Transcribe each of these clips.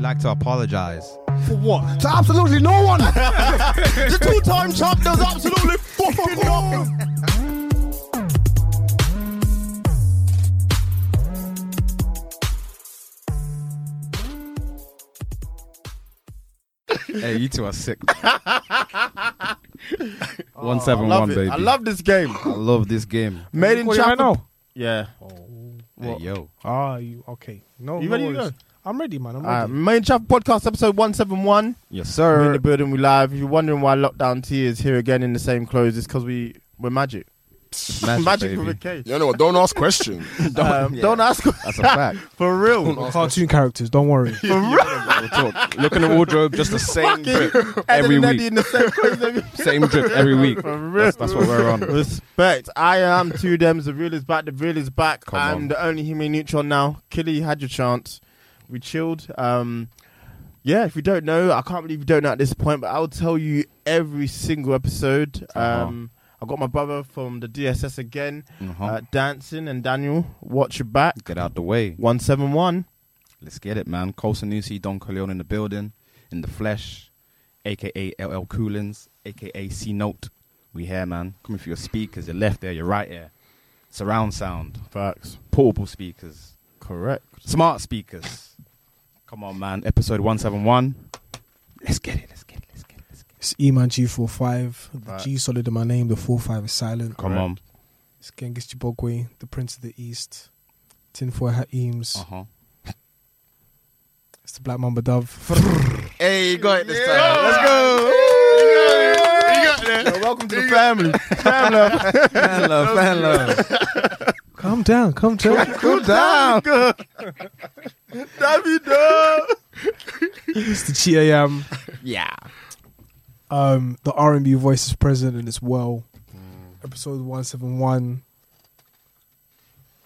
like to apologize? For what? To absolutely no one. the two-time champ does absolutely fucking nothing. hey, you two are sick. Oh, One I seven love one, it. baby. I love this game. I love this game. Made in What do you Chapel. know? Yeah. Hey, yo, Ah, you okay? No, You no ready to worries. go? I'm ready, man. I'm Alright, ready. Uh, Made in Chapel podcast episode 171. yes We're in sir. the building, we live. If you're wondering why Lockdown T is here again in the same clothes, it's because we, we're magic. Magic, magic baby. with a K. You know what? Don't ask questions. Don't, um, don't ask That's a fact. for real. Cartoon characters. Don't worry. Real talk. Look in the wardrobe, just the same drip every Ed and Eddie week. in the same clothes every Same drip every week. That's, that's what we're on. Respect. I am two dems. The real is back. The real is back. Come I'm on. the only human neutral now. Killy you had your chance. We chilled. Um, yeah, if you don't know, I can't believe you don't know at this point, but I'll tell you every single episode. Um, I got my brother from the DSS again, Uh-huh. uh, dancing, and Daniel, watch your back. Get out the way. 171. Let's get it, man. Cole Sanusi, Don Corleone in the building, in the flesh, aka LL Coolins, aka C Note. We here, man. Coming for your speakers, your left ear, your right ear. Surround sound, Facts. portable speakers, Correct. smart speakers. Come on, man. Episode 171. Let's get it, let's get it, let's get it. Let's get It's E man G four five. The Right. G solid in my name. The four five is silent. it. Come on. It's Genghis Chibogwe, the Prince of the East. Tinfoil hat Eames. Uh huh. It's the Black Mamba Dove. Hey, you got it this time. Let's go. Uh-huh. welcome to the family. Fan love, fan love. calm down. Calm down. Cool down. it's the GAM. Yeah. Um, the R and B voice is present in this well. Mm. Episode one seven one.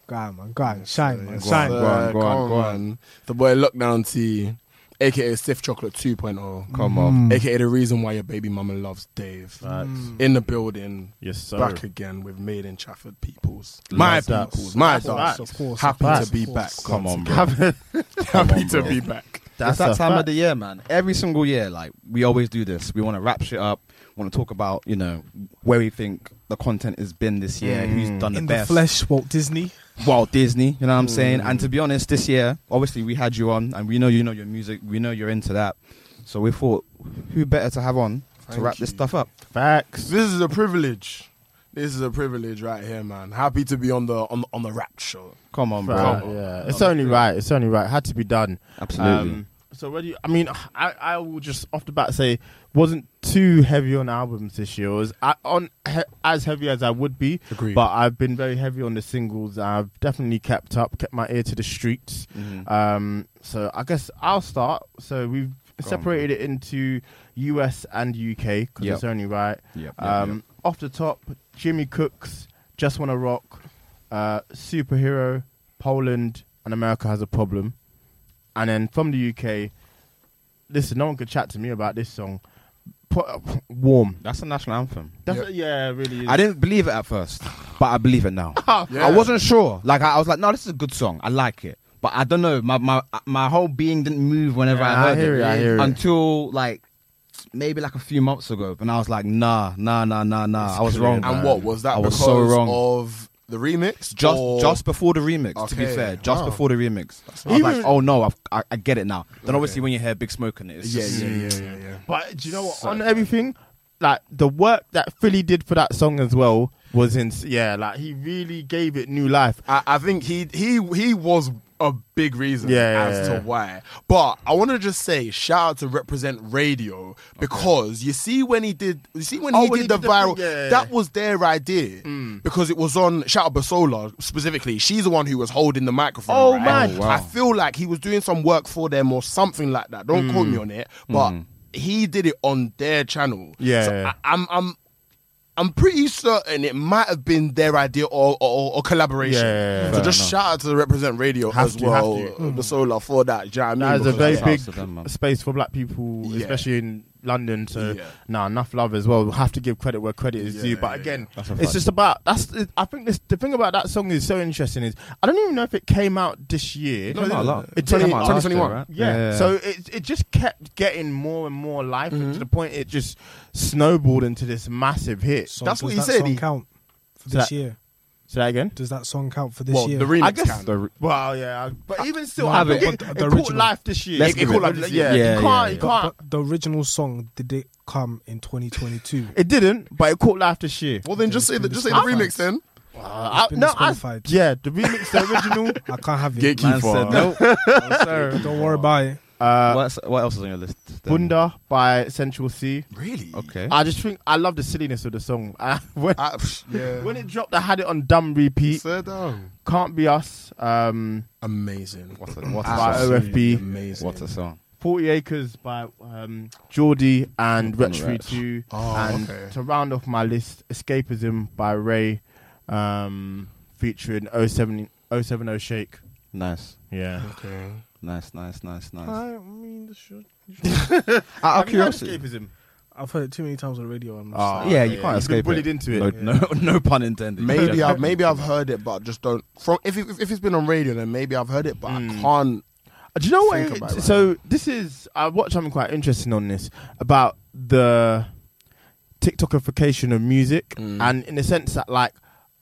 God man, God, shine, man, Go shine. on, go on, go Come on, go on. man. The boy Lockdown T, aka Stiff Chocolate oh, 2.0, Come on. aka the reason why your baby mama loves Dave. Mm. In the building, Yes, sir. back again with Made in Trafford peoples. My that. peoples, my Of course, dogs. of course, Happy of course, to be of back. course. Come on, bro. Happy Happy to bro. be back. That's that time of the year, man. Every single year, like we always do this. We want to wrap shit up. Want to talk about you know where we think the content has been this year. Who's done the In the best? flesh, Walt Disney. Walt Disney. You know what I'm saying? And to be honest, this year, obviously we had you on, and we know you know your music. We know you're into that. So we thought, who better to have on to Thank wrap this you. stuff up? Facts. This is a privilege. This is a privilege right here, man. Happy to be on the on the, on the rap show. Come on, bro. Right, yeah. It's only right. It's only right. Had to be done. Absolutely. Um, so what do you? I mean, I, I will just off the bat say wasn't too heavy on albums this year. It was I, on he, as heavy as I would be, Agreed. but I've been very heavy on the singles. I've definitely kept up, kept my ear to the streets. Mhm. Um, so I guess I'll start. So we've Go on, separated it into U.S. and U.K. because Yep. it's only right. Yep, yep, um, Off the top, Jimmy Cooks, Just Wanna Rock, uh, Superhero, Poland, and America Has a Problem. And then from the UK, listen, no one could chat to me about this song. Put, warm. That's a national anthem. That's Yep. a- yeah, it really. Is. Ah, I didn't believe it at first, but I believe it now. Yeah. I wasn't sure. Like I, I was like, no, this is a good song. I like it, but I don't know. My my my whole being didn't move whenever Yeah, I I heard hear it, it, I hear it. until like maybe like a few months ago, and I was like, nah, nah, nah, nah, nah. I was clear, wrong. man. And what was that? I was because so wrong. of the remix. Just or- just before the remix, to be Okay, fair, just wow. before the remix, I was like, Oh. Even- oh no, I've, I I get it now. Then obviously when you hear Big Smoke in it, it's yeah, just, yeah, yeah, yeah, yeah. But do you know what? So on good. everything, like the work that Philly did for that song as well was in. Yeah, like he really gave it new life. I, I think he he he was a big reason Yeah, as yeah, yeah. to why. But I want to just say shout out to represent radio because you see when he did you see when Oh, he when did he the did the viral thing, yeah, yeah, Mm. that yeah. was their idea because it was on shout out Basola specifically. She's the one who was holding the microphone. Oh, right? man. Oh, wow. I feel like he was doing some work for them or something like that. Don't quote Mm. me on it, but he did it on their channel. Yeah, So yeah. I, I'm I'm I'm pretty certain it might have been their idea or or, or collaboration. Yeah, yeah, so yeah. just Fair shout out to the Represent Radio Have as to, well, have to. uh, the solar for that. Do you know what I mean? That is a Because very that's big us to them, man. space for black people, Yeah. especially in London. So Yeah. nah, enough love as well. We'll have to give credit where credit is due. Yeah, But yeah, again, That's a it's fact. just about that's. It, I think this the thing about that song is so interesting is I don't even know if it came out this year. It came out la- It it came twenty- out last 2021. year, right? yeah. So it it just kept getting more and more life and Mm-hmm. to the point it just snowballed into this massive hit. So That's what does he that said, Song he- count for So this that- year? Say that again. Does that song count for this Well, year? the remix I guess- count. The re- Well, yeah, but even still, No, I but- think it, but it the caught original- life this year. Let's it give caught it- life this year. Yeah, yeah, you yeah, can't, yeah. you but, can't. but the original song did it come in 2022? It didn't, but it caught life this year. Well, then just say the, just say the remix then. Uh, I, been no, I, disqualified. yeah, the remix, the original. I can't have it. Man said nope. Don't worry about it. uh, What's- what else is on your list? then? Bunda by Sensual C. Really? Okay. I just think I love the silliness of the song. Uh, when, I, uh, pff, yeah. when it dropped, I had it on dumb repeat. Sit down. Can't be us. Um, Amazing. What's a, what's By a song? OFB. Amazing. What's a song? Forty Acres by um, Geordie and Retch Free Retch. Two. Oh, and okay. to round off my list, Escapism by Ray, um, featuring 070, 070 Shake. Nice. Yeah. Okay. Nice, nice, nice, nice. mean, Out of Have you heard curiosity. Escapism. I've heard it too many times on the radio. I'm just Ah. Yeah, like, you Yeah, can't you've been escape bullied it. into it. No, no, no pun intended. Maybe Yeah. I've maybe I've heard it, but just don't. From if it, if it's been on radio, then maybe I've heard it, but I Mm. can't. Uh, Do you know what? Think it- about it. so this is I watched something quite interesting on this about the TikTokification of music, Mm. and in the sense that like.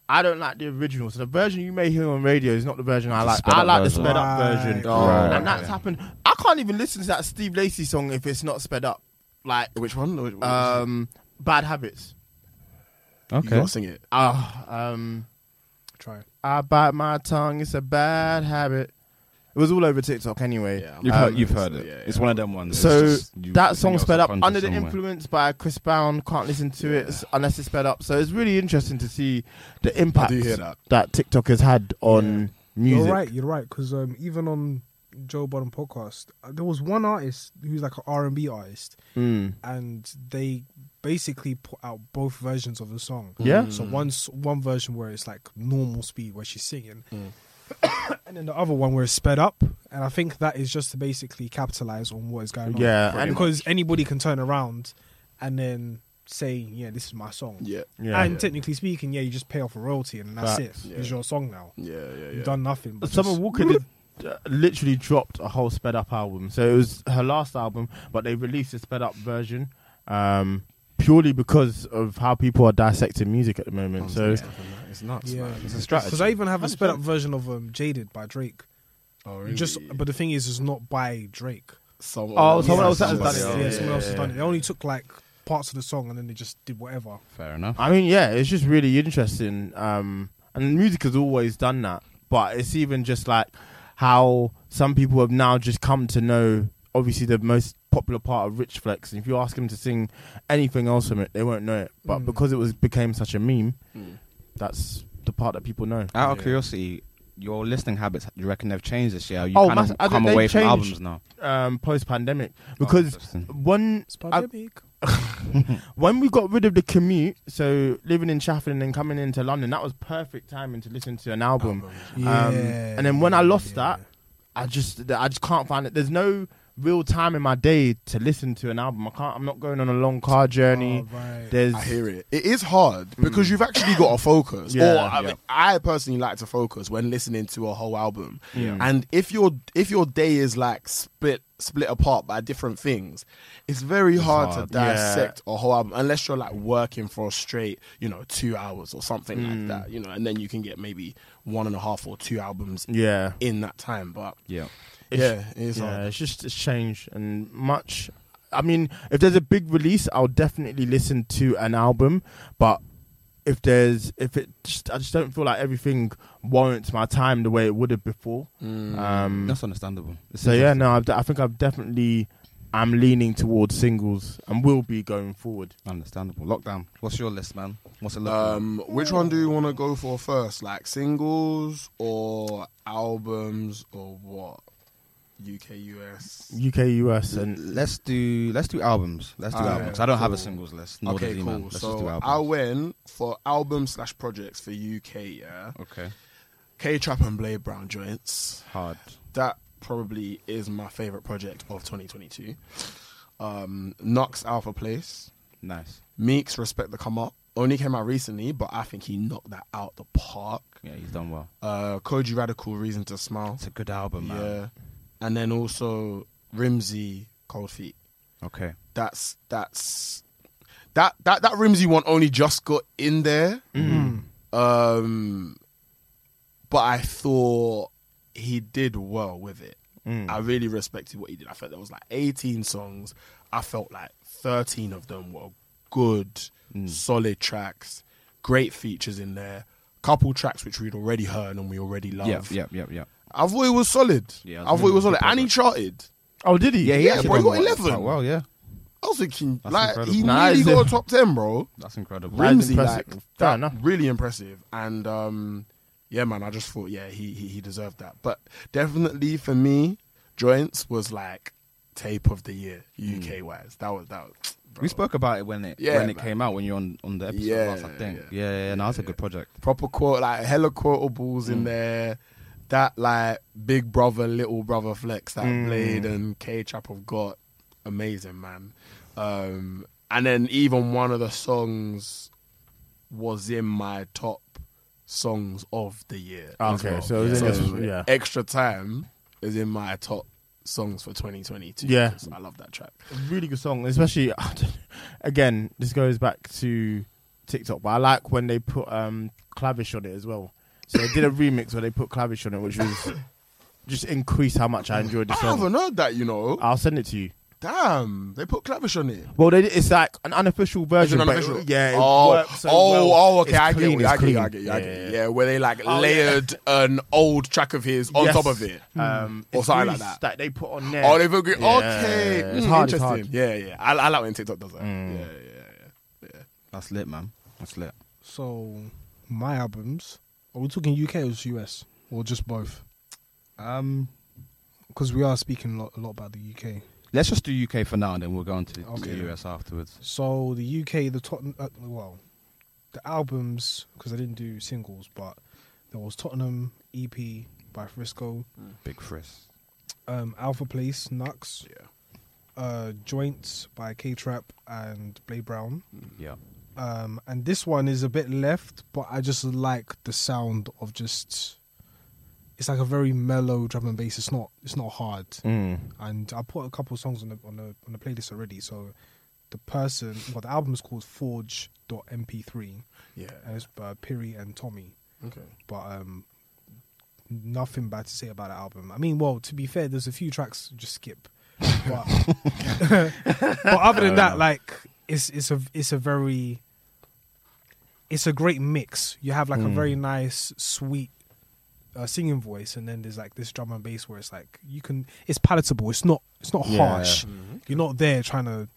I don't like the original, so the version you may hear on radio is not the version I The like. sped I up like version. the sped up Right, version, Oh, right, and that's okay. happened. I can't even listen to that Steve Lacey song if it's not sped up. Like Which one? Which- which- um, Bad Habits. you Okay. gotta sing it. Ah, um, try it. I bite my tongue. It's a bad habit. It was all over TikTok anyway. Yeah, I'm- You've Um, heard, you've heard it. yeah, It's yeah. one of them ones. So It's just- you- that it's song in your sped up subconscious under the somewhere. influence by Chris Brown. Can't listen to it s- unless it's sped up. So it's really interesting to see the impact I do hear that. TikTok has had on music. You're right. You're right. Because um, even on Joe Budden podcast, uh, there was one artist who's like an R and B artist, Mm. and they basically put out both versions of the song. Mm. Yeah. So one s- one version where it's like normal speed where she's singing, Mm. and then the other one where it's sped up. And I think that is just to basically capitalize on what is going on. Yeah, And and- because anybody can turn around and then say, "Yeah, this is my song." Yeah. Yeah. and yeah. technically speaking, yeah, you just pay off a royalty and that's Facts. it. Yeah. It's your song now. Yeah. Yeah. Yeah. You've done nothing. But Summer just- Walker did, uh, literally dropped a whole sped up album. So it was her last album, but they released a sped up version um, purely because of how people are dissecting music at the moment. Oh, So it's nuts, Yeah. man. It's a strategy. Because I even have a sped up version of um, "Jaded" by Drake. Oh, You Just, but the thing is, it's not by Drake. someone Oh, someone else that has somebody done it. Yeah, Yeah, someone yeah, else has yeah. done it. They only took like parts of the song and then they just did whatever. Fair enough. I mean, yeah, it's just really interesting. Um, and music has always done that, but it's even just like how some people have now just come to know. Obviously, the most popular part of Rich Flex, and if you ask them to sing anything else from it, they won't know it. But Mm. because it was became such a meme, Mm. that's the part that people know. Out of Yeah. curiosity, your listening habits, you reckon they've changed this year? You Oh, kind mass- of I think come they've away from changed. albums now. Um, Post pandemic, because interesting. one It's I- pandemic. when we got rid of the commute, so living in Chatham and then coming into London, that was perfect timing to listen to an album. yeah. Um, and then when I lost that, I just I just can't find it. There's no real time in my day to listen to an album. I can't. I'm not going on a long car journey. Oh, right. There's I hear it. It is hard because you've actually got to focus. Yeah, or I, yeah. mean, I personally like to focus when listening to a whole album. Yeah. And if your if your day is like split split apart by different things, it's very hard, hard. to dissect a whole album unless you're like working for a straight, you know, two hours or something Hmm. like that. You know, and then you can get maybe one and a half or two albums yeah, in that time. But Yeah. yeah, it is yeah. hard. It's just it's changed and much. I mean, if there's a big release, I'll definitely listen to an album. But if there's if it, just, I just don't feel like everything warrants my time the way it would have before. Mm. Um, That's understandable. It's So yeah, interesting. no, I've, d- I think I've definitely I'm leaning towards singles and will be going forward. Understandable. Lockdown. What's your list, man? What's it look like? Um, which one do you want to go for first, like singles or albums or what? UK US. UK, US, and Let's do let's do albums. Let's do Alright, albums. I don't have a cool. singles list. Nor Okay, does he, man. cool. Let's just do So albums. I went for album slash projects for UK. Yeah, okay. K Trap and Blade Brown joints. Hard. That probably is my favorite project of 2022. um, Knox Alpha Place, Nice. Meeks Respect the Come Up. Only came out recently, but I think he knocked that out the park. Yeah, he's done well. Uh, Koji Radical Reason to Smile. It's a good album, man. Yeah, and then also Rimsey Cold Feet. Okay. That's that's that that that Rimsey one only just got in there. Um, but I thought he did well with it. I really respected what he did. I felt there was like 18 songs. I felt like 13 of them were good, solid tracks, great features in there. Couple tracks which we'd already heard and we already loved. Yep, yep, yep, yep. I thought it was solid. Yeah, I thought it was solid. good And he charted. Oh, did he? Yeah, he Yeah, actually boy, done got well- 11. quite Well, yeah. I was thinking, That's like, he incredible. Nah, really it's- got a top 10, bro. That's incredible. Right. Ramsey, like, impressive. that, Fair enough. really impressive. And um, yeah, man, I just thought, yeah, he, he he deserved that. But definitely for me, joints was like tape of the year UK wise. That was that. Was, bro. Hmm. We spoke about it when it Yeah, when it man. came out when you were on, on the episode Yeah, last, I think. yeah. Yeah, yeah, yeah. No, that's a good project. proper quote like hella quotables Mm. in there. That like big brother, little brother flex that Mm. Blade and K Chap have got amazing man. Um, and then even one of the songs was in my top songs of the year. as Okay, well. so it was in So your- yeah. extra time is in my top songs for 2022. Yeah. 'cause I love that track. really good song, especially again. This goes back to TikTok, but I like when they put um Clavish on it as well. So they did a remix where they put Clavish on it, which was just increased how much I enjoyed the I song. Uh, haven't heard that, you know. I'll send it to you. Damn, they put Clavish on it. Well, they, it's like an unofficial version. It's an but unofficial- it- yeah. It oh, works so oh, well. oh, okay. It's I get, clean, what- it's I get, you, clean. I get, you, I get. you. Yeah, where they like yeah. layered an old track of his on Yes. top of it. Um, Or it's something really like that. That they put on there. Oh, they've agreed. Yeah. Okay, It's Mm, hard, it's interesting. hard. Yeah, yeah. I, I like when TikTok does that. Mm. Yeah, yeah, yeah. That's lit, man. That's lit. So, my albums. Are we talking UK or just US or just both? Um, Because we are speaking a lot, a lot about the UK. let's just do UK for now, and then we'll go on to, to Okay. the US afterwards. So the UK, the top, uh, well, the albums because I didn't do singles, but there was Tottenham EP by Frisco, Big Fris. um, Alpha Place, Nux, yeah. uh, Joints by K Trap and Blade Brown, Hmm, Yeah. um, and this one is a bit left, but I just like the sound of just. It's like a very mellow drum and bass. It's not. It's not hard. Mm. and I put a couple of songs on the on the on the playlist already. So the person, well, the album is called Forge.mp3, Yeah. and it's by Piri and Tommy. Okay. But um, nothing bad to say about the album. I mean, well, to be fair, there's a few tracks just skip, but, but other than that, like it's it's a it's a very it's a great mix. You have like a Hmm. very nice sweet uh, singing voice, and then there's like this drum and bass where it's like you can. It's palatable. It's not. It's not Yeah. harsh. You're not there trying to.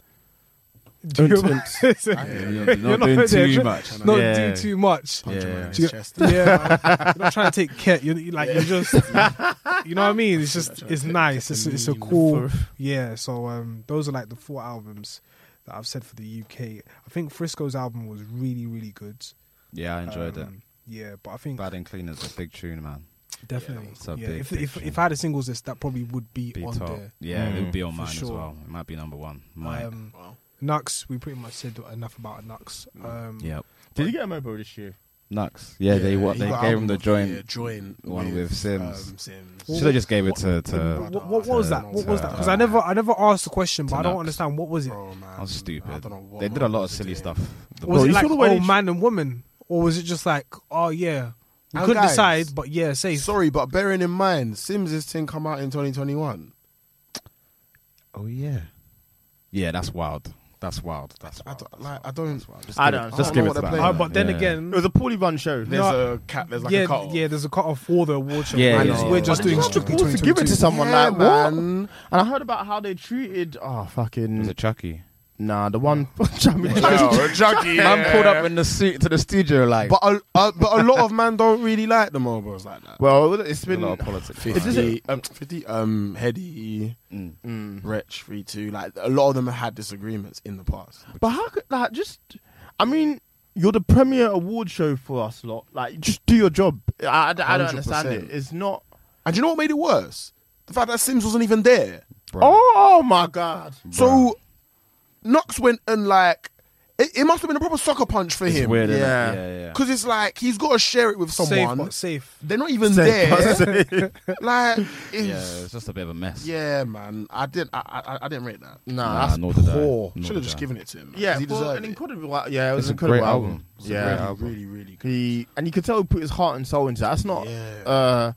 Don't- You're You're you're not, you're not doing there too trying- much. Not Yeah. do too much. Punch him Yeah. in his Yeah. chest. Yeah, you're not trying to take care. You're you're like you're just, you know what I mean. It's just it's nice. It's it's a cool yeah. So um, those are like the four albums that I've said for the UK. I think Frisco's album was really really good. Yeah, I enjoyed Um, Yeah, but I think it. Bad and Clean is a big tune, man. definitely. it's Yeah, a big, if big if, tune. if I had a singles list, that probably would be Be on top. there. Yeah, it Mm. would be on For mine as sure. well. It might be number one. Might. Um, Wow. Nux, we pretty much said enough about Nux. Um, yep. Did you get a mobile this year? Nux. Yeah, they what he they got gave album him the of joint. year, joint one with Sims. um, Sims. Should have just gave it to What, to. what, what was that? What was that? Because I to- never, I never asked the question, but to I don't Nux. understand what was it. Bro, man, I was stupid. I don't know what they did a lot Marvel of silly did. stuff. The Was Bro, it you like saw the way oh they- man and woman, or was it just like oh yeah, we And couldn't guys. decide, but yeah, say Sorry, but bearing in mind, Sims' thing come out in 2021. oh yeah, yeah. That's wild. That's wild. That's I wild. don't, like, I don't. Just I give don't- It, just I don't give know it to what that. they're Uh, playing. but then yeah. It again, was a poorly run show. There's No. a cat. There's like yeah, a cut. yeah, there's a cut off for the award show. Yeah, and yeah, we're yeah. just But doing it's Just strictly the balls to give it 2022. to someone Yeah, like what? man. And I heard about how they treated. Oh It was fucking a Chucky. nah, the one. Jamie- Yo, Chucky, yeah. Man pulled up in the suit to the studio like. But a, a, but a lot of men don't really like the Marlboros like that. well, it's a been. lot of politics. Is this man. a- 50, um, 50, um, Heady, Mm. Mm. Wretch, 3 2. Like, a lot of them have had disagreements in the past. But how could like just? I mean, you're the premier award show for us lot. Like, just do your job. I, I, I don't understand 100%. it. It's not. And Oh, do you know what made it worse? The fact that Sims wasn't even there. Bro. Oh my god. So, Knox went and like it, it must have been a proper sucker punch for It's him. weird, innit? yeah. yeah, yeah. Because it's like he's got to share it with safe, someone. but safe. They're not even there. like, Yeah, it's, it's just a bit of a mess. yeah. man. I didn't. I, I, I didn't rate that. Nah, Nah, that's nor did I. Nor poor. Should did have just I. given it to him. 'cause Yeah, he well, deserved an it. incredible. al- Yeah, it was It's an a incredible great album. album. It's a yeah, great album. really, really good. he and you could tell he put his heart and soul into that. That's not Yeah. uh,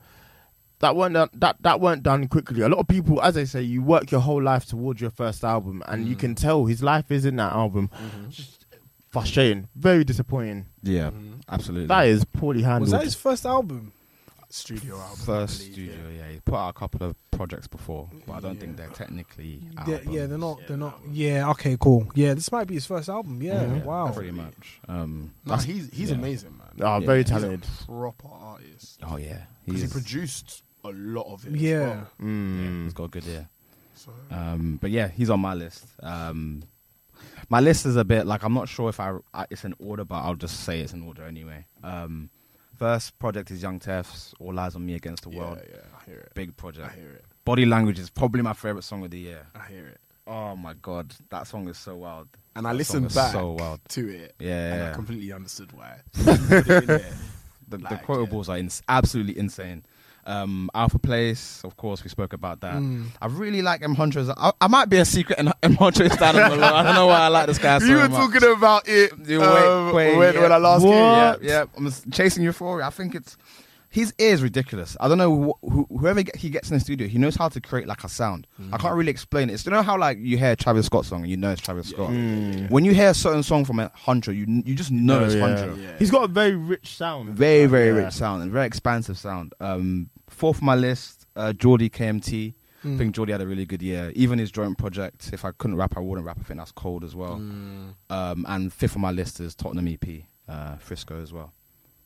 that weren't done, that that weren't done quickly. A lot of people, as I say, you work your whole life towards your first album, and Mm. you can tell his life is in that album. Mm-hmm. Just frustrating, very disappointing. Yeah, absolutely. That is poorly handled. Was that his first album? Studio album. I first believe, studio. Yeah. he put out a couple of projects before, but I don't think they're technically. Yeah, yeah, albums. they're not. Yeah, They're not. albums. Yeah. Okay. Cool. Yeah. This might be his first album. Yeah. Mm-hmm. wow. Pretty much. Um, Nah, that's- he's he's yeah. Ah. amazing, man. oh, Yeah, very he's a- talented. He's a proper artist. Oh yeah, Because he he's, produced a lot of it. as Yeah. well. yeah, Mm. he's got a good ear. So, Um, but yeah, he's on my list. Um, my list is a bit like I'm not sure if I, I it's in order, but I'll just say it's in order anyway. Um, first project is Young Tef's "All Eyes on Me Against the yeah, World." yeah, I hear it. Big I project. hear it. Body Language is probably my favorite song of the year. I hear it. Oh my god, that song is so wild. And I That song listened is back So wild. to it. Yeah, And yeah. I completely understood why. Put it in there. The, Like, the quotables are ins absolutely insane. Um, Alpha Place, of course, we spoke about that. Mm. I really like M. Honcho's. I, I might be a secret M. Honcho stan. on the low. I don't know why I like this guy so you were much. talking about it The um, Wake Queen, when, yeah. when I last came. Yeah, Yeah, yeah. I'm s- chasing euphoria. I think it's his ear is ridiculous. I don't know wh- who, whoever get, he gets in the studio. He knows how to create like a sound. Mm. I can't really explain it. It's you know how like you hear a Travis Scott song and you know it's Travis Scott. Mm. When you hear a certain song from a Hunter, you you just know Oh, it's yeah. Hunter. Mm. Yeah. He's got a very rich sound. Very very Yeah. rich sound and very expansive sound. Um, fourth on my list, uh, Geordie KMT. I think Geordie had a really good year. Even his joint project, if I couldn't rap, I wouldn't rap. I think that's cold as well. Um, and fifth on my list is Tottenham EP, uh, Frisco as well.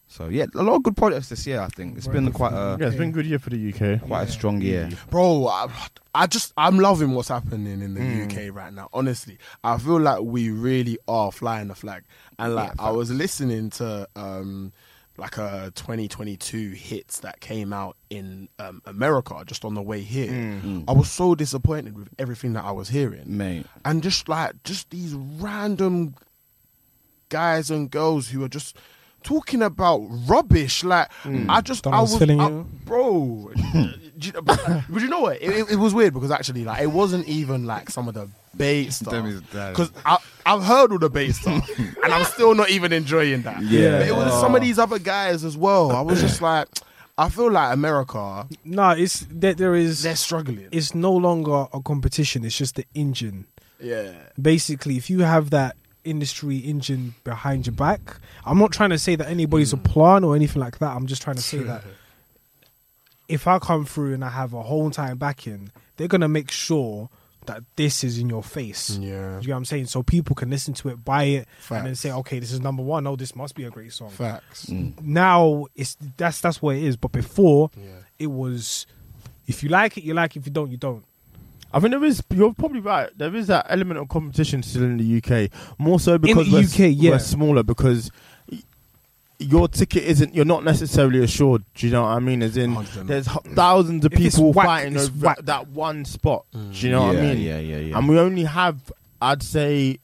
So yeah, a lot of good projects this year. I think it's been Right. quite a Yeah, it's been a good year for the UK. quite a strong year. Bro, I, I just I'm loving what's happening in the Mm. UK right now. Honestly, I feel like we really are flying the flag. And like I was listening to um like a 2022 hits that came out in um, America just on the way here. I was so disappointed with everything that I was hearing, Mate, and just like just these random guys and girls who are just talking about rubbish. Like I just I Hmm. Donald's was filling I- you. bro. do you- but you know what? It, it, it was weird because actually, like it wasn't even like some of the bait stuff. Them is dead. Because I've heard all the bait stuff, and I'm still not even enjoying that. Yeah. but it was some of these other guys as well. I was just like, I feel like America, No, it's there. There is. they're struggling. It's no longer a competition. It's just the engine. yeah. basically if you have that industry engine behind your back i'm not trying to say that anybody's Mm. a plan or anything like that i'm just trying to say that if i come through and i have a whole entire backing they're going to make sure that this is in your face Mm, Yeah. you know what i'm saying so people can listen to it buy it and then Facts. say okay this is number one oh this must be a great song Facts. now it's that's that's what it is but before Yeah. it was if you like it you like it if you don't you don't I think there is. You're probably right. There is that element of competition still in the UK, more so because the we're, UK, yeah. we're smaller because y- your ticket isn't. You're not necessarily assured. Do you know what I mean? As in, 100%. there's h- thousands of If it's people whack, fighting it's over whack. that one spot. Do you know what Yeah, I mean? yeah, yeah, yeah. And we only have, I'd say,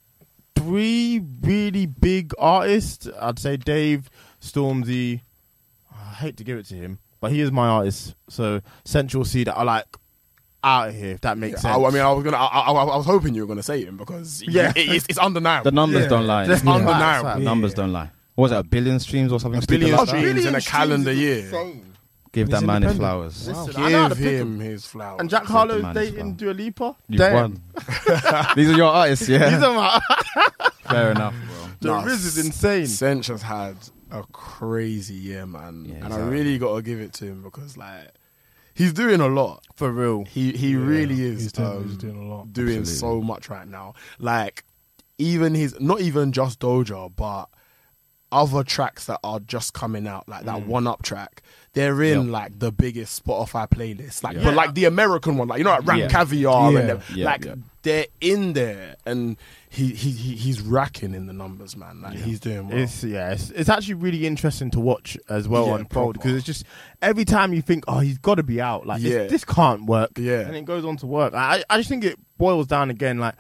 three really big artists. I'd say Dave, Stormzy. I hate to give it to him, but he is my artist. So Central C that I like out of here. If that makes Yeah, sense. I, I mean, I was gonna. I, I, I was hoping you were gonna say him because Yeah. yeah, it's, it's undeniable. the numbers Yeah. don't lie. That's Yeah. undeniable. The Yeah. numbers don't lie. What was that a billion streams or something? A stupid billion like that? streams in a calendar year. Give He's that man his independent. flowers. Wow. Listen, I know how to Give pick him. him his flowers. And Jack the Harlow's man as dating well. Dua Lipa. You've Damn. won. These are your artists, These yeah. are my. Fair enough, bro. The Nah, Riz is insane. Sench has had a crazy year, man, Yeah, and he's I had- really got to give it to him because like he's doing a lot. For real. He he really is he's doing- um, he's doing a lot. doing so much right now. Like even his not even just Doja, but other tracks that are just coming out, like Mm. that one up track, they're in Yep. like the biggest Spotify playlist. Like Yeah. but like the American one, like you know like Rap Yeah. Caviar Yeah. and them, Yeah, like yeah. they're in there and he, he, he he's racking in the numbers, man. Like he's doing well. It's yeah, it's, it's actually really interesting to watch as well Yeah, unfold proper. because it's just every time you think, oh, he's got to be out, like Yeah. this, this can't work, Yeah. and it goes on to work. I I just think it boils down again, like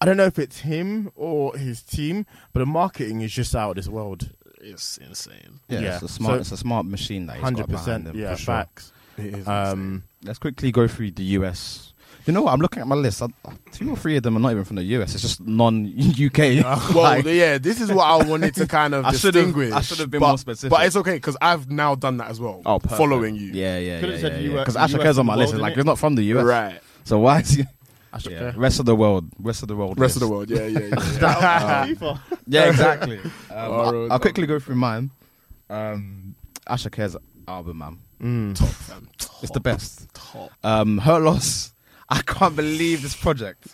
I don't know if it's him or his team, but the marketing is just out of this world. It's insane. Yeah, Yeah. It's, a smart, So- it's a smart machine that he's got Hundred behind percent. him, Yeah, for sure. facts. It is. Um, Let's quickly go through the US. You know what? I'm looking at my list. I, two or three of them are not even from the US. It's just non-UK. well, yeah, this is what I wanted to kind of I should've- distinguish. I should've been but, more specific. But it's okay because I've now done that as well. oh, perfect. following you. Yeah, yeah, Could've yeah. said yeah, US Because Asha Kerr's on my list. It's like innit? you're not from the US, Right. So why is he? Asha Yeah. Kerr. Rest of the world. Rest of the world. Rest list. of the world. Yeah, yeah, yeah. yeah. Yeah, exactly. um, Alright, I, will quickly go through mine. Um, Asha Kerr's album, man, Mm. top, fam. Top, it's the best. Top. Um, Her loss. I can't believe this project.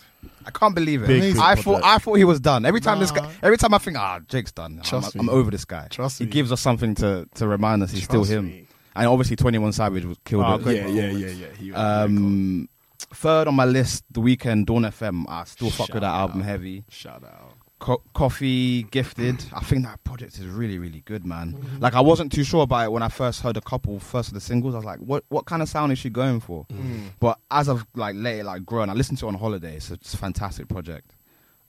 I can't believe it. Big, big I thought project. I thought he was done. Every time this Nah. guy, every time I think, ah, Jake's done. I'm- Trust I'm, me. over this guy. Trust he me. gives us something to, to remind us he's still Trust him. me. Ah, And obviously, Twenty One Savage was killed. Oh, it. great Yeah, yeah, yeah, yeah. He was very Um, third on my list, The Weekend, Dawn FM. I still fuck Shout with that album out. heavy. cool. shout out. Co- Coffee, Gifted. I think that project is really, really good, man. Like I wasn't too sure about it when I first heard a couple first of the singles. I was like, what what kind of sound is she going for? Mm. But as I've like let it like grown, I listened to it on holiday. It's a, it's a fantastic project.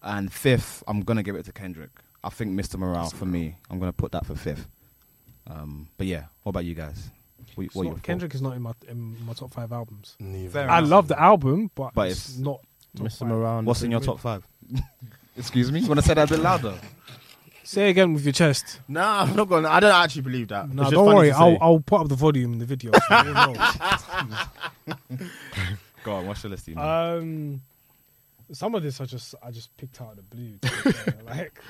And fifth, I'm gonna give it to Kendrick. I think Mr. Morale for me. I'm gonna put that for fifth. Um, but yeah, what about you guys? What, It's what not- your thoughts? Kendrick is not in my in my top five albums. Fair I enough. love the album, but, But it's, it's- not top Mr. five. Moran. What's in your top five? Excuse me. You want to say that a bit louder? Say again with your chest. No, I'm not going. to I don't actually believe that. No, It's just don't funny worry. to I'll say. I'll put up the volume in the video. so you don't know. Go on, what's your list, man? Um, some of this I just I just picked out of the blue, to be fair. like,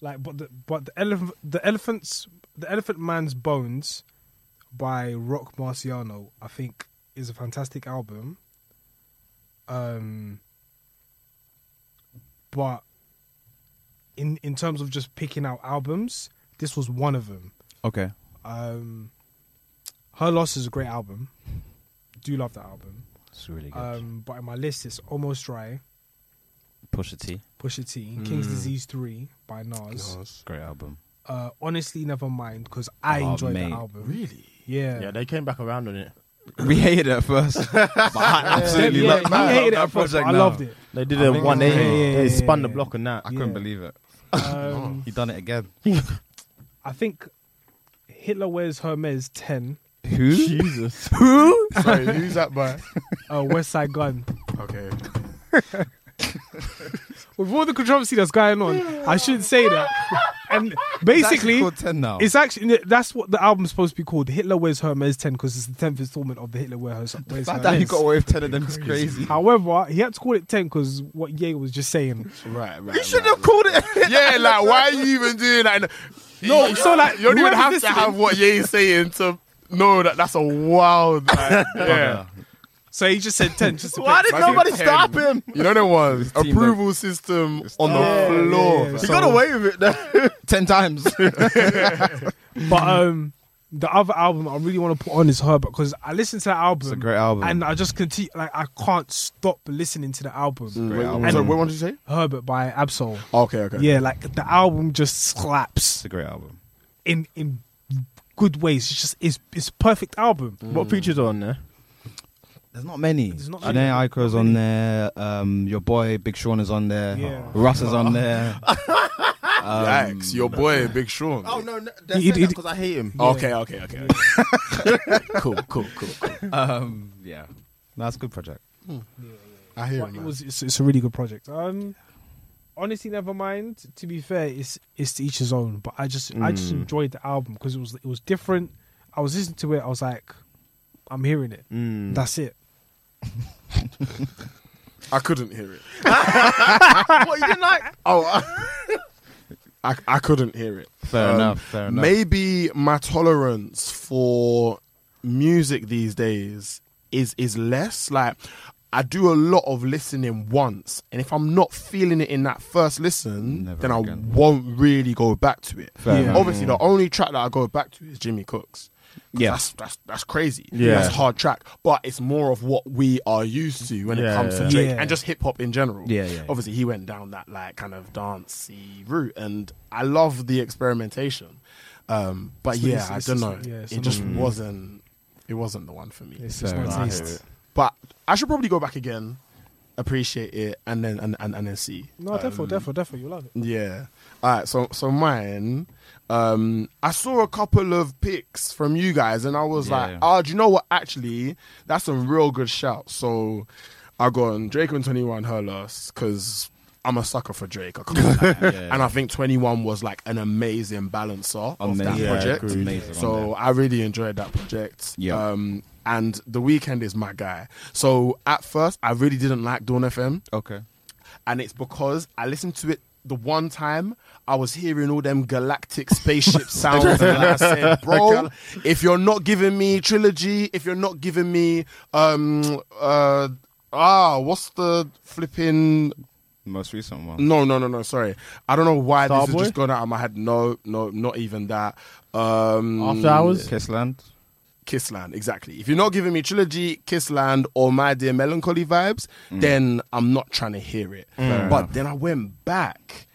like but the but the elephant the elephants the Elephant Man's Bones by Rock Marciano I think is a fantastic album. Um, but in in terms of just picking out albums, this was one of them. Okay. Um, Her Loss is a great album. Do love that album. It's really good. Um, but in my list, it's almost dry. Pusha T, Pusha T, Hmm. King's Mm. Disease Three by Nas. great album. Uh, honestly, never mind because I Oh, enjoyed mate. the album. Really? Yeah. Yeah, they came back around on it. We hated it at first, but I absolutely love Yeah, you hated it that at first, but project I now. loved it. They did I a think it's 180. great. they Yeah, spun yeah, the yeah. block on that. I couldn't Yeah. believe it. Um, He done it again. I think Hitler Wears Hermes Ten, Who? Jesus. Sorry, who's that by? uh, West Side Gun. Okay. With all the controversy that's going on, I shouldn't say that. And basically, That's called ten now. It's actually that's what the album's supposed to be called. Hitler Wears Hermes Ten because it's the tenth installment of the Hitler Wears Wears the fact that he Hermes. got away with ten of them is crazy. However, he had to call it ten because what Ye was just saying. Right, right. You should have called it. yeah, like why are you even doing that? No, so, like, you don't even whoever's have listening- to have what Ye is saying to know that that's a wild. Like, yeah. So he just said ten. Just to play- Why did That's nobody intense. stop him? You know there was team, approval system on the Yeah, yeah, floor. yeah. fam. He got away with it. though. ten times. But um, the other album I really want to put on is her because I listened to that album. It's a great album. And I just continue, like, I can't stop listening to the album. Great album. Wait, And- sorry, what did you say? Herbert by Absol. Okay, okay. Yeah, like, the album just slaps it's a great album. in in good ways. It's just, it's, it's a perfect album. What features are on there? There's not many. There's not many. Janae Aiko's on there. Um, your boy Big Sean is on there. Yeah. Russ is on there. Yikes, your boy Big Sean. Oh, no, no He- he- because I hate him. Okay, okay, okay. cool, cool, cool, cool. um, yeah, that's a good project. I hear But it was, it's, it's a really good project. Um, honestly, never mind. To be fair, it's it's to each his own. But I just I just Mm. enjoyed the album because it was it was different. I was listening to it. I was like, I'm hearing it. Mm. That's it. I couldn't hear it. what you didn't like. Oh, I, I, I couldn't hear it. Fair Um, enough. Fair enough. Maybe my tolerance for music these days is is less. Like I do a lot of listening once, and if I'm not feeling it in that first listen, Never then again. I won't really go back to it. Fair Yeah. enough. Obviously, the only track that I go back to is Jimmy Cook's. 'Cause Yeah. that's that's that's crazy. Yeah. that's a hard track, but it's more of what we are used to when Yeah, it comes yeah. to Drake Yeah. and just hip hop in general. Yeah, yeah, yeah. Obviously, he went down that like kind of dancey route, and I love the experimentation. Um, but It's- yeah, it's- it's- I don't know. it's- yeah, it's it just another- wasn't. It wasn't the one for me. It's Fair just my enough. taste. But I should probably go back again appreciate it, and then and and, and then see. Um, No, definitely, definitely, definitely. You love it. Yeah. All right. So so mine. Um, I saw a couple of pics from you guys, and I was Yeah. like, "Oh, do you know what? Actually, that's some real good shout." So I got on Drake and Twenty One Hurlers because I'm a sucker for Drake. I can't lie. Yeah. And I think Twenty One was like an amazing balancer of that Amazing. Yeah, project. agreed. Amazing on So I really enjoyed that project. Yeah. Um, and the weekend is my guy. So at first, I really didn't like Dawn FM Okay. and it's because I listened to it the one time I was hearing all them galactic spaceship sounds, and I said, "Bro, if you're not giving me trilogy, if you're not giving me um uh ah, what's the flipping? Most recent one. No, no, no, no. Sorry, I don't know why this Starboy? is just gone out of my head. No, no, not even that. Um, After Hours? Kissland. Kissland, exactly. If you're not giving me trilogy, Kissland, or My Dear Melancholy vibes, then I'm not trying to hear it. Mm. Fair But enough. then I went back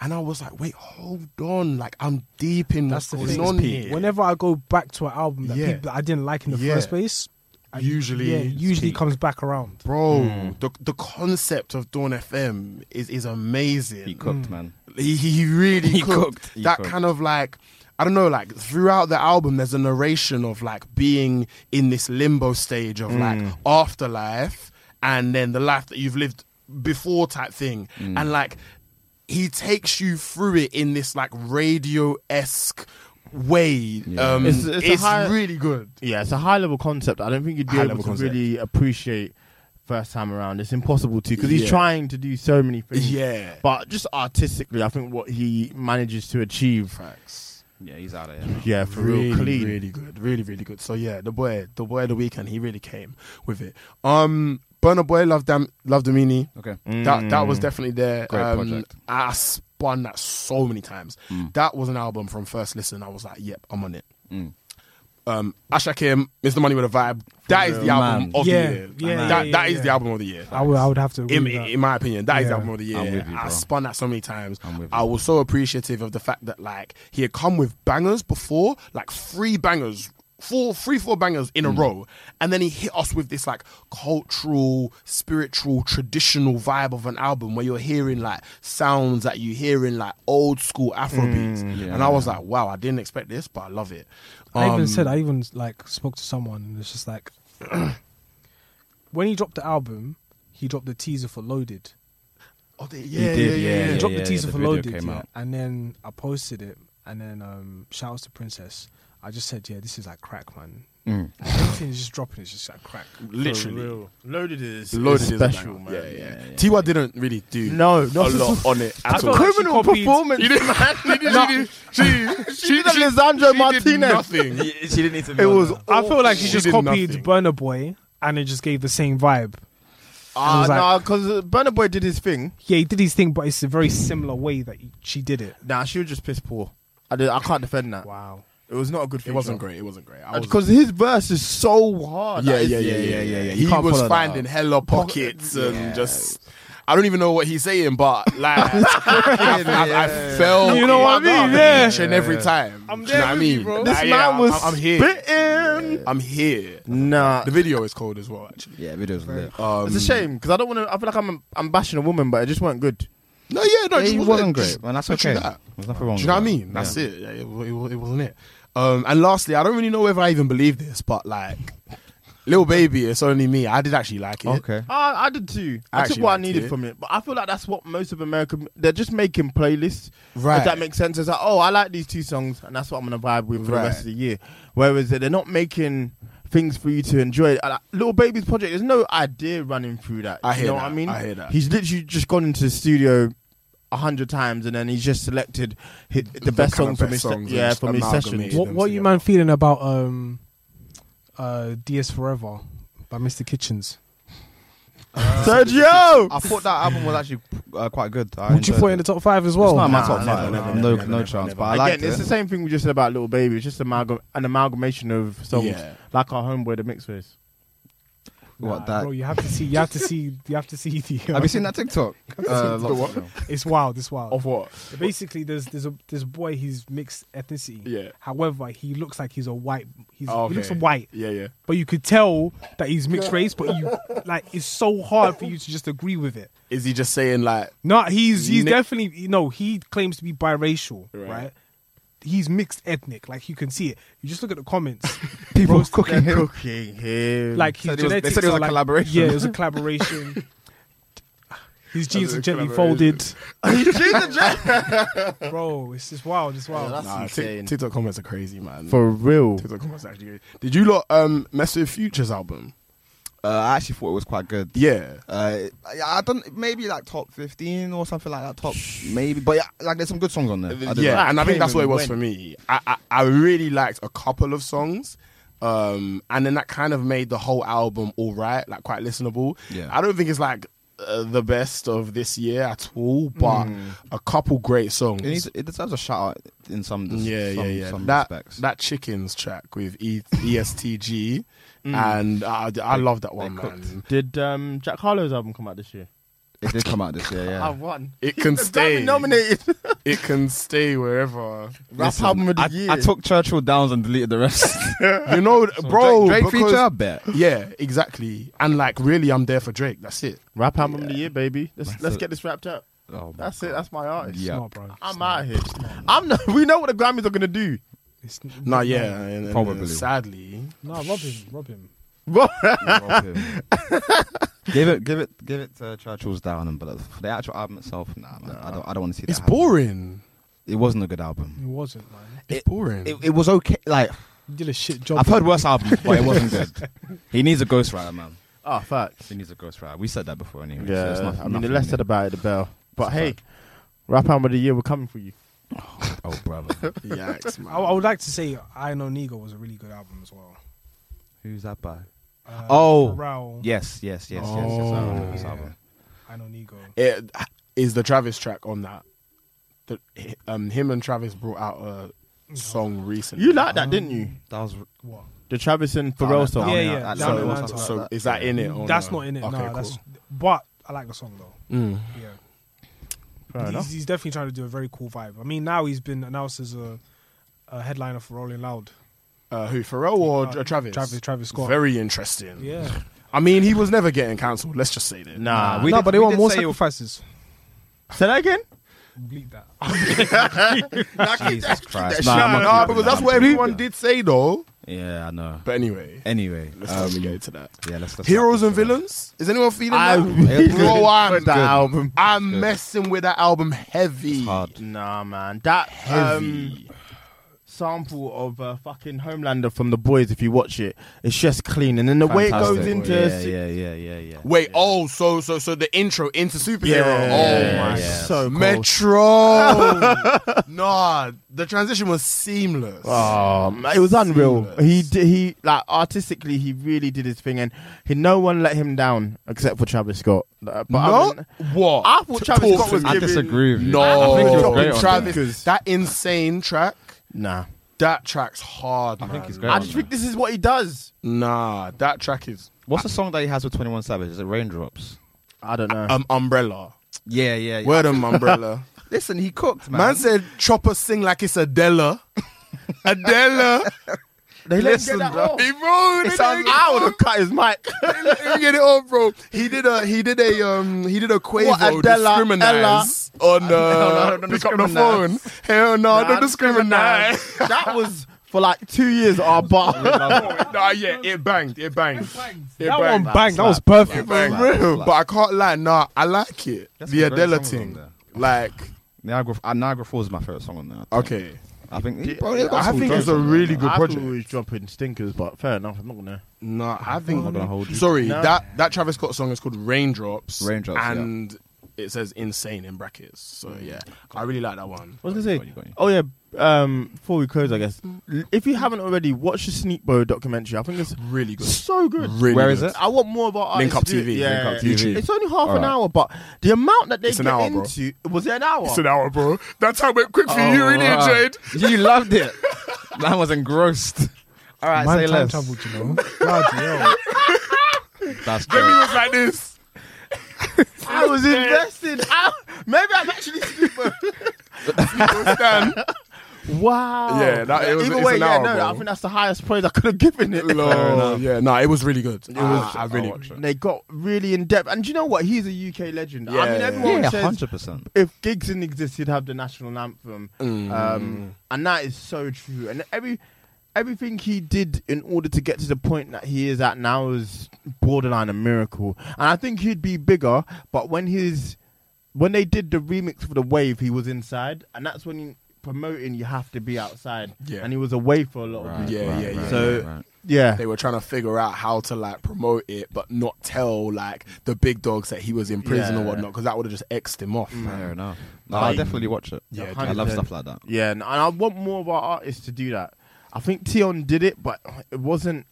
and I was like, wait, hold on. Like, I'm deep in That's the what's thing. going on here. Whenever I go back to an album that, Yeah. people, that I didn't like in the Yeah. first place, I, Usually yeah, it's usually peak. comes back around. Bro, Mm. the, the concept of Dawn FM is, is amazing. He Mm. cooked, man. He, he really He cooked. cooked. He that cooked. kind of like I don't know, like throughout the album, there's a narration of like being in this limbo stage of Mm. like afterlife and then the life that you've lived before type thing, Mm. and like he takes you through it in this like radio esque way. Um, It's- it's it's a high- really good. Yeah, it's a high level concept. I don't think you'd be High able to level concept. really appreciate first time around. It's impossible to because he's Yeah. trying to do so many things. Yeah, But just artistically, I think what he manages to achieve, facts. Yeah, he's out of here. man. yeah, for really, real, clean. really good, really, really good. So yeah, the boy, the boy of the weekend, he really came with it. Um, Burner Boy, love Dam, love Domini. Okay. That that Mm. was definitely there. Um, Great project. I spun that so many times. That was an album from first listen. I was like, yep, I'm on it. Mm. Um, Asha Kim, Mr. Money with a vibe. That is the real, album man. of Yeah, the year. yeah, that yeah, that yeah, is the yeah. album of the year. I would, I would have to agree In, with that. in my opinion, that is the Yeah. album of the year. I'm with you, I bro. spun that so many times. I'm with you. I was so appreciative of the fact that like he had come with bangers before, like three bangers, four, three, four bangers in Mm. a row, and then he hit us with this like cultural, spiritual, traditional vibe of an album where you're hearing like sounds that you hear in like old school Afrobeats, Mm, yeah. and I was like, wow, I didn't expect this, but I love it. I even Um, said I even like spoke to someone and it's just like when he dropped the album, he dropped the teaser for Loaded. oh, they- yeah, did, yeah, yeah, yeah, He yeah. dropped the teaser the for video Loaded, came yeah, out. and then I posted it, and then um, shout outs to Princess. I just said, yeah, this is like crack, man. Mm. Everything's just dropping. It's just like crack. Literally. loaded is Loaded is a special, banger. man. Yeah, yeah. Tiwa didn't really do No, no, a lot on it at all. thought- criminal She copied- performance. You didn't, you didn't- you didn't- she, she, did a Lisandro she Martinez. Did nothing. She didn't need to It was. I feel like she, she just did copied nothing. Burner Boy, and it just gave the same vibe. Ah, was like- nah, because Burner Boy did his thing. Yeah, he did his thing, but it's a very similar way that he- she did it. Nah, she was just piss poor. I did. I can't defend that. Wow. It was not a good. It feature. wasn't great. It wasn't great. I was, Because his verse is so hard. yeah, Like, yeah, it's- yeah, yeah, yeah, yeah. You He can't was follow that finding up. hella pockets and just. I don't even know what he's saying, but like, I, I, I fell. You know what I in mean? love Yeah. Each and every time. I'm Do there you know what I with you, mean? bro. This Like, man yeah, I'm- was I'm, I'm here. spitting. I'm here. Nah, The video is cold as well, actually. Yeah, videos lit. Um, it's a shame because I don't want to. I feel like I'm I'm bashing a woman, but it just weren't good. No, yeah, no, Yeah, just it wasn't wasn't just great, man. That's literally okay. that. There's nothing wrong. Do you know what I mean? That's it. Yeah, it, wa- it, wa- it wasn't it. Um, and lastly, I don't really know whether I even believe this, but like, little baby, it's only me. I did actually like it. Okay. I, I did too. I I, took actually what I liked needed it. from it, but I feel like that's what most of America they're just making playlists. Right. If that makes sense, it's like oh, I like these two songs, and that's what I'm gonna vibe with for the Right. rest of the year. Whereas they're not making things for you to enjoy. Uh, like, Little Baby's project, there's no idea running through that. I you hear know that. what I mean? I hear that. He's literally just gone into the studio. A hundred times, and then he's just selected hit the, best kind songs of from best his se- songs and yeah just from his amalgamated. sessions. What them What you together. man feeling about um, uh, DS Forever by Mr. Kitchens? Sergio, I thought that album was actually uh, quite good. I Would you enjoyed put it it. in the top five as It's well? not in my Nah, top never, five. never, no, never, no never, chance. never. But I again, liked it's the it. same thing we just said about Little Baby. It's just amalgam- an amalgamation of songs Yeah. like our homeboy, the Mixface. What Nah, that? Bro, you have to see. You have to see. You have to see the. uh, Have you seen that TikTok? Uh, The lots of what? them. It's wild. It's wild. Of what? Basically, there's there's a there's a boy. He's mixed ethnicity. Yeah. However, he looks like he's a white. He's Oh, he looks okay. white, Yeah, yeah. but you could tell that he's mixed race. But you like it's so hard for you to just agree with it. Is he just saying like No, he's he's Ni- definitely you know he claims to be biracial, right. Right. He's mixed ethnic, like you can see it. You just look at the comments. People Roasted cooking him. Cooking him. Like Said his it was- they genetics said it was are a like- collaboration. Yeah, it was a collaboration. his jeans a are gently collaboration. folded, bro. It's just wild. It's wild. that's nah, insane. Tik- Uh, TikTok comments are crazy, man. For real. TikTok comments are actually crazy. Did you lot um mess with Future's album? Uh, I actually thought it was quite good. Yeah. Uh, I I don't maybe like top fifteen or something like that. Top maybe, but yeah, like there's some good songs on there. I did yeah, like. and I think Came that's what it and was went. for me. I, I I really liked a couple of songs, um, and then that kind of made the whole album all right, like quite listenable. Yeah. I don't think it's like uh, the best of this year at all, but Hmm. a couple great songs. It, needs, it deserves a shout out in some, yeah, some, yeah, yeah. some That respects. that chickens track with e- ESTG, Hmm. and I, I love that one, man. Did um, Jack Harlow's album come out this year? it did come out this year. Yeah, won. It can stay. nominated. It can stay wherever. Rap album of the I, year. I took Churchill Downs and deleted the rest. You know, Oh, bro. Drake, Drake because- feature, I bet. Yeah, exactly. And like, really, I'm there for Drake. That's it. Rap album of the year, baby. Let's, That's let's it. get this wrapped up. Oh, That's it. That's my artist. Yeah. Smart, bro. I'm out of here. I'm not, we know what the Grammys are gonna do. It's, No, yeah, and- and- Probably. Sadly, no, rob him, rob him. give it, give it, give it to Churchill's Down, and but for the actual album itself, nah, man, I don't, I don't want to see that. it's happen. boring. It wasn't a good It album. wasn't, man. It's It- Mm. boring. It, it was okay. Like You did a shit job. I've heard worse albums, but it wasn't good. He needs a ghostwriter, man. Oh, facts. He needs a ghostwriter. We said that before, anyway. so Yeah, it's not- I mean, the nothing less new. said about it, the better. But It's a hey, rap album of the year, we're coming for you. Oh, brother, Yikes, man. I, I would like to say I Know Negro was a really good album as well. who's that by? Uh, Oh, Pharrell, Yes, yes, yes, yes, yes. I remember this Oh. album. I Know Negro. It- is the Travis track on that? The, um, him and Travis brought out a song recently. You liked that, didn't you? That was What? Oh. The Travis and Pharrell song. Yeah, yeah. That- Down that- in that- So, Atlanta. so is that in it? Or that's not in it. Okay, nah, cool. that's. But I like the song though. Mm. Yeah. Fair he's, enough. he's definitely trying to do a very cool vibe. I mean, now he's been announced as a, a headliner for Rolling Loud. Uh, who Pharrell or Uh, Tra- Travis? Travis, Travis Scott. Very interesting. yeah. I mean, he was never getting cancelled. Let's just say that. Nah, we no, did- but they we want did more say- sacrifices. Say that again. Bleep that. Jesus Christ. Nah, Nah, I'm nah, not nah, keeping that. because that's what everyone did say though. Yeah, I know. But anyway, Anyway, let's um, not get into that. yeah, let's, let's Heroes wrap and this up. villains. Is anyone feeling I that? really Bro, I'm, with that album. I'm Good. messing with that album heavy. It's hard. Nah, man. That Heavy. um, sample of uh, fucking Homelander from The Boys, if you watch it, it's just clean. And then the way it goes Fantastic. into. yeah, yeah, yeah, yeah, yeah. Wait, oh, so so so the intro into superhero. yeah, oh my yeah. So cold. Metro. nah, the transition was seamless. Oh, man, it was unreal. He Seamless. d- he like artistically, he really did his thing, and he no one let him down except for Travis Scott. Uh, but no, other than- what? I thought Travis Talk Scott to was me. I giving- disagree with you. no. I think he was Dropping great on Travis. Travis- Travis, that insane track. nah, That track's hard. I man. think he's great. I just think this is what he does. Nah, that track is What's the song that he has with 21 Savage? Is it Raindrops? I don't know. um umbrella. Yeah, yeah, yeah. Word on umbrella. Listen, he cooked, man. Man. said Chopper sing like it's Adela. Adela. they let him listen, get that bro. off. Hey, bro, they It didn't sounds get I would it have cut his mic. off. They didn't get it off, bro. He did a he did a um he did a Quavo What, Adela, discriminate on uh, no, don't pick up the phone. discriminate. Hell no, Nah, don't discriminate. that was for like two years our bar. nah, yeah, it banged, it banged, it that one banged. bang. That was perfect. It banged. Slap, slap. But I can't lie, nah, I like it. That's the a great song on Adela thing, there. like. Niagara, uh, Niagara Falls is my favorite song on there. I think. Okay. I think, Uh, I think it's a really good I thought project. we was dropping stinkers, but fair enough. I'm not gonna. No, I think. not gonna hold you. Sorry, No. that that Travis Scott song is called Raindrops. Raindrops, yeah. Mm. and it says insane in brackets. So yeah, I really like that one. I was gonna Got you, got say, you. oh yeah. Um, before we close, I guess if you haven't already, watch the Sneak Bo documentary. I think it's Really good. so good. Really Where is good. it? I want more of our Link artists Up to do it. TV. Yeah, Link Up yeah, yeah. TV. It's only half an Alright. hour, but the amount that they It's get an hour, bro. into was it an hour. It's an hour, bro. That's how it quick for you. You Oh, really wow. enjoyed. You loved it. That was engrossed. All right, Man, say time less. traveled, you know. Bloody hell. That's Jimmy great. was like this. I was invested. I, maybe I'm actually stupid. wow. Yeah, that- it was- Either it's way, an yeah, hour, no, bro. I think that's the highest praise I could have given it. Lord, yeah, no, it was really good. It was, was- I really, I'll watch They got really in depth, and do you know what? He's a UK legend. Yeah, I mean, yeah, everyone Yeah, says hundred percent. if gigs didn't exist, he'd have the national anthem, Mm. um, and that is so true. And every everything he did in order to get to the point that he is at now is borderline a miracle. And I think he'd be bigger, but when his when they did the remix for the wave, he was inside, and that's when you, promoting you have to be outside, Yeah. and he was away for a lot of people. Yeah, yeah, yeah. So- right, right. Yeah, they were trying to figure out how to like promote it, but not tell like the big dogs that he was in prison or Yeah. whatnot, because that would have just xed him off. fair enough. No, Like- I'll definitely watch it. Yeah, I love 100%. stuff like that. Yeah, and, and I want more of our artists to do that. I think Tion did it, but it wasn't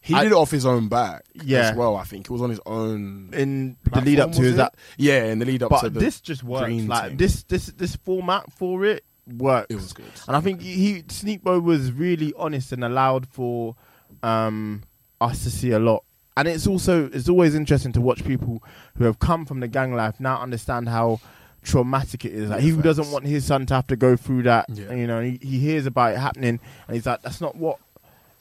He I- did it off his own back Yeah. as well. I think it was on his own. in platform, the lead up to was his it? that yeah, in the lead up to but the this just works. green Like thing. this, this, this format for it works. It was good. and I think he Sneakbo was really honest and allowed for um, us to see a lot. And it's also it's always interesting to watch people who have come from the gang life now understand how traumatic it is. Like he Yeah, doesn't facts. want his son to have to go through that. Yeah. And, you know, he, he hears about it happening, and he's like, "That's not what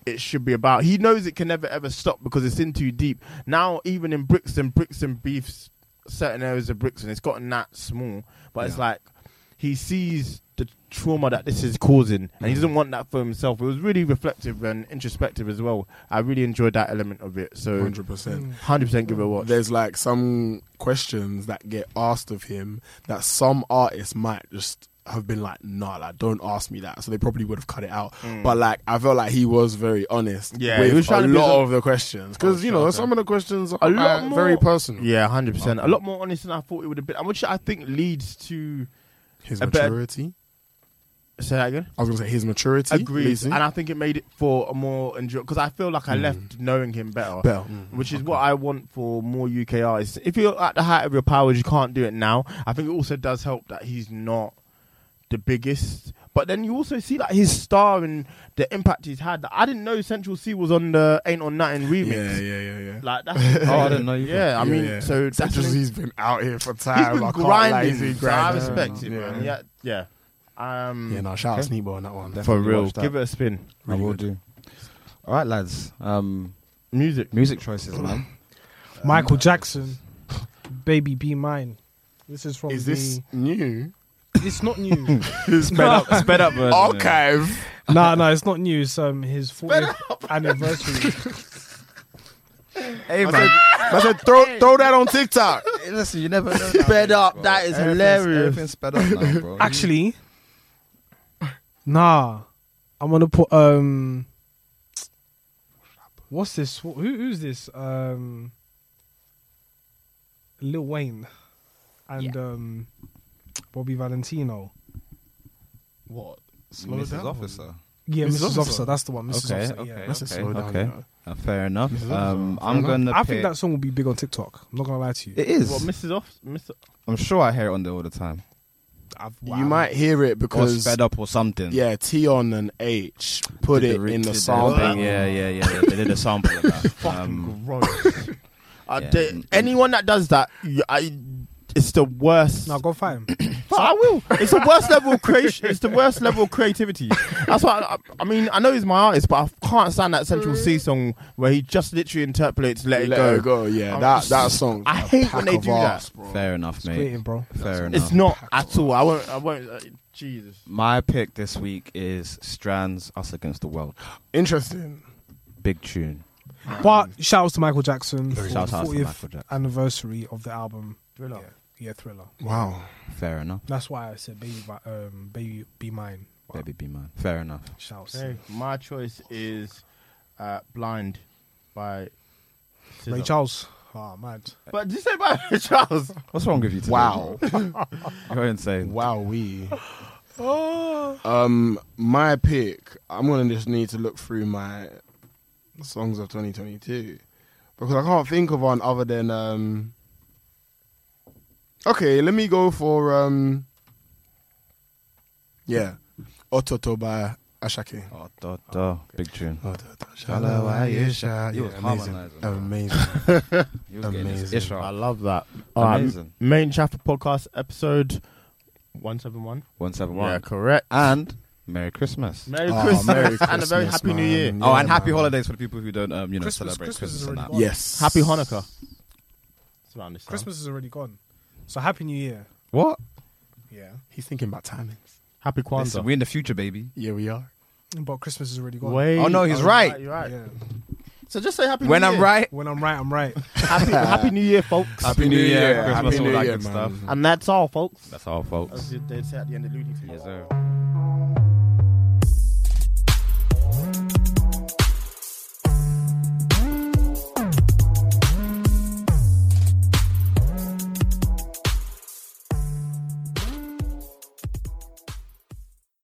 it should be about." He knows it can never ever stop because it's in too deep. Now, even in Brixton, Brixton beefs certain areas of Brixton. It's gotten that small, but it's Yeah. like he sees the trauma that this is causing, and Mm. he doesn't want that for himself. It was really reflective and introspective as well. I really enjoyed that element of it. So, hundred percent. hundred percent, give it a watch. There's like some questions that get asked of him that some artists might just have been like, nah, like, don't ask me that. So they probably would have cut it out. But like, I felt like he was very honest. Yeah, with he was trying a to be lot so- Oh, of the questions because you know some of the questions are A lot uh, more- very personal. Yeah, hundred percent. A lot more honest than I thought it would have been, and which I think leads to His A bit- maturity. say that again. I was gonna say his maturity. Agreed, Leeson. and I think it made it for a more enjoyable because I feel like Hmm. I left knowing him better. Bell. which is what I want for more UK artists. If you're at the height of your powers, you can't do it now. I think it also does help that he's not the biggest. But then you also see like his star and the impact he's had. I didn't know Central C was on the Ain't on Nothing Yeah, remix. yeah, yeah, yeah. Like that's Oh, I didn't know either. Yeah, I Yeah, mean, yeah. so It's that's just an- he's been out here for time. he's I been can't lie, grinding. he's been so I grinding. respect it, yeah. man. Yeah, yeah. Um, Yeah, no, shout out Sneebo on that one. for Definitely real, watch that. give it a spin. I Really will good. do. All right, lads. Um, Music. music choices, man. Michael Jackson, Baby Be Mine. This is from Is this the- new? It's not new. sped up, sped up version. Archive. no, no, it's not new. It's um, his 40th anniversary. Hey, man. I said, throw, throw that on TikTok. Listen, you never know. Sped up, that is hilarious. Everything's sped up now, bro. Actually, nah. I'm gonna put um. What's this? Who, who's this? Um, Lil Wayne and um, Bobby Valentino. What? Slow Mrs. down. Officer. Yeah, Mrs. Mrs. Officer. Officer. That's the one. Mrs. Okay, Officer. Yeah. okay. That's a slow down. okay. you know. Uh, fair enough. Mrs. Officer, Um, fair I'm enough. gonna. I pick- think that song will be big on TikTok. I'm not gonna lie to you. It is. What, Mrs. Off? Mrs. I'm sure I hear it on there all the time. I've, You might hear it Or because sped up or something. yeah, Tion and H put Did it re- in the did song. thing. Yeah, yeah, yeah. yeah. They did a sample of that. Um, gross. I yeah. dare- anyone that does that, you- I, it's the worst. Now go fight him. But I will. It's the worst level of creation. It's the worst level of creativity. That's why. I, I mean, I know he's my artist, but I can't stand that Central C song where he just literally interpolates "Let, Let, It Go." it go. Yeah, I'm that just- that song. I hate when they do that. fair enough, mate. Waiting, bro. Fair enough. It's not at all. I won't. I won't. Uh, Jesus. My pick this week is Strands Us Against the World. Interesting. Big tune. But shout outs to Michael Jackson for Shout the out to 40th Michael Jackson. anniversary of the album. Thriller. Yeah, yeah Thriller. Wow. Fair enough. That's why I said baby, Vi- um, baby, be mine. Wow. Baby be mine. Fair enough. Shouts. Okay. My choice is uh, "Blind" by SZA. Ray Charles. Oh, mad. But did you say by Ray Charles? What's wrong with you? Today? Wow. You're insane. Wow, we. Oh. Um, my pick. I'm gonna just need to look through my songs of 2022 because I can't think of one other than um. Okay, let me go for um. Yeah, Ototo by Ashake. Oh, duh, duh. Big tune. Oh, da, da, Shallow, I is shy. Yeah, He was amazing. harmonizing. Amazing. He was getting his Amazing. ish I off. love that. Amazing. Um, Main Chaffer podcast episode 171. 171. Yeah, correct. And Merry Christmas. Merry Oh, Christmas Merry and a very Christmas, happy new man. year. oh, and Yeah, happy man. holidays for the people who don't, um, you know, Christmas- celebrate Christmas Christmas, is and already that. gone. Yes. Happy Hanukkah. It's around this time. Christmas is already gone. So happy New Year. What? Yeah. He's thinking about timings. Happy Listen, Kwanzaa. we're in the future, baby. Yeah, we are. But Christmas is already gone. Wait. Oh, no, he's you're right. You're right. Yeah. So just say happy When new I'm year. right, When I'm right, I'm right. Happy, happy new year, folks. Happy New Year, Christmas, Happy all New that Year, good man. stuff. And that's all, folks. that's all, folks. As they say at the end of Looney Tunes. Yes, sir.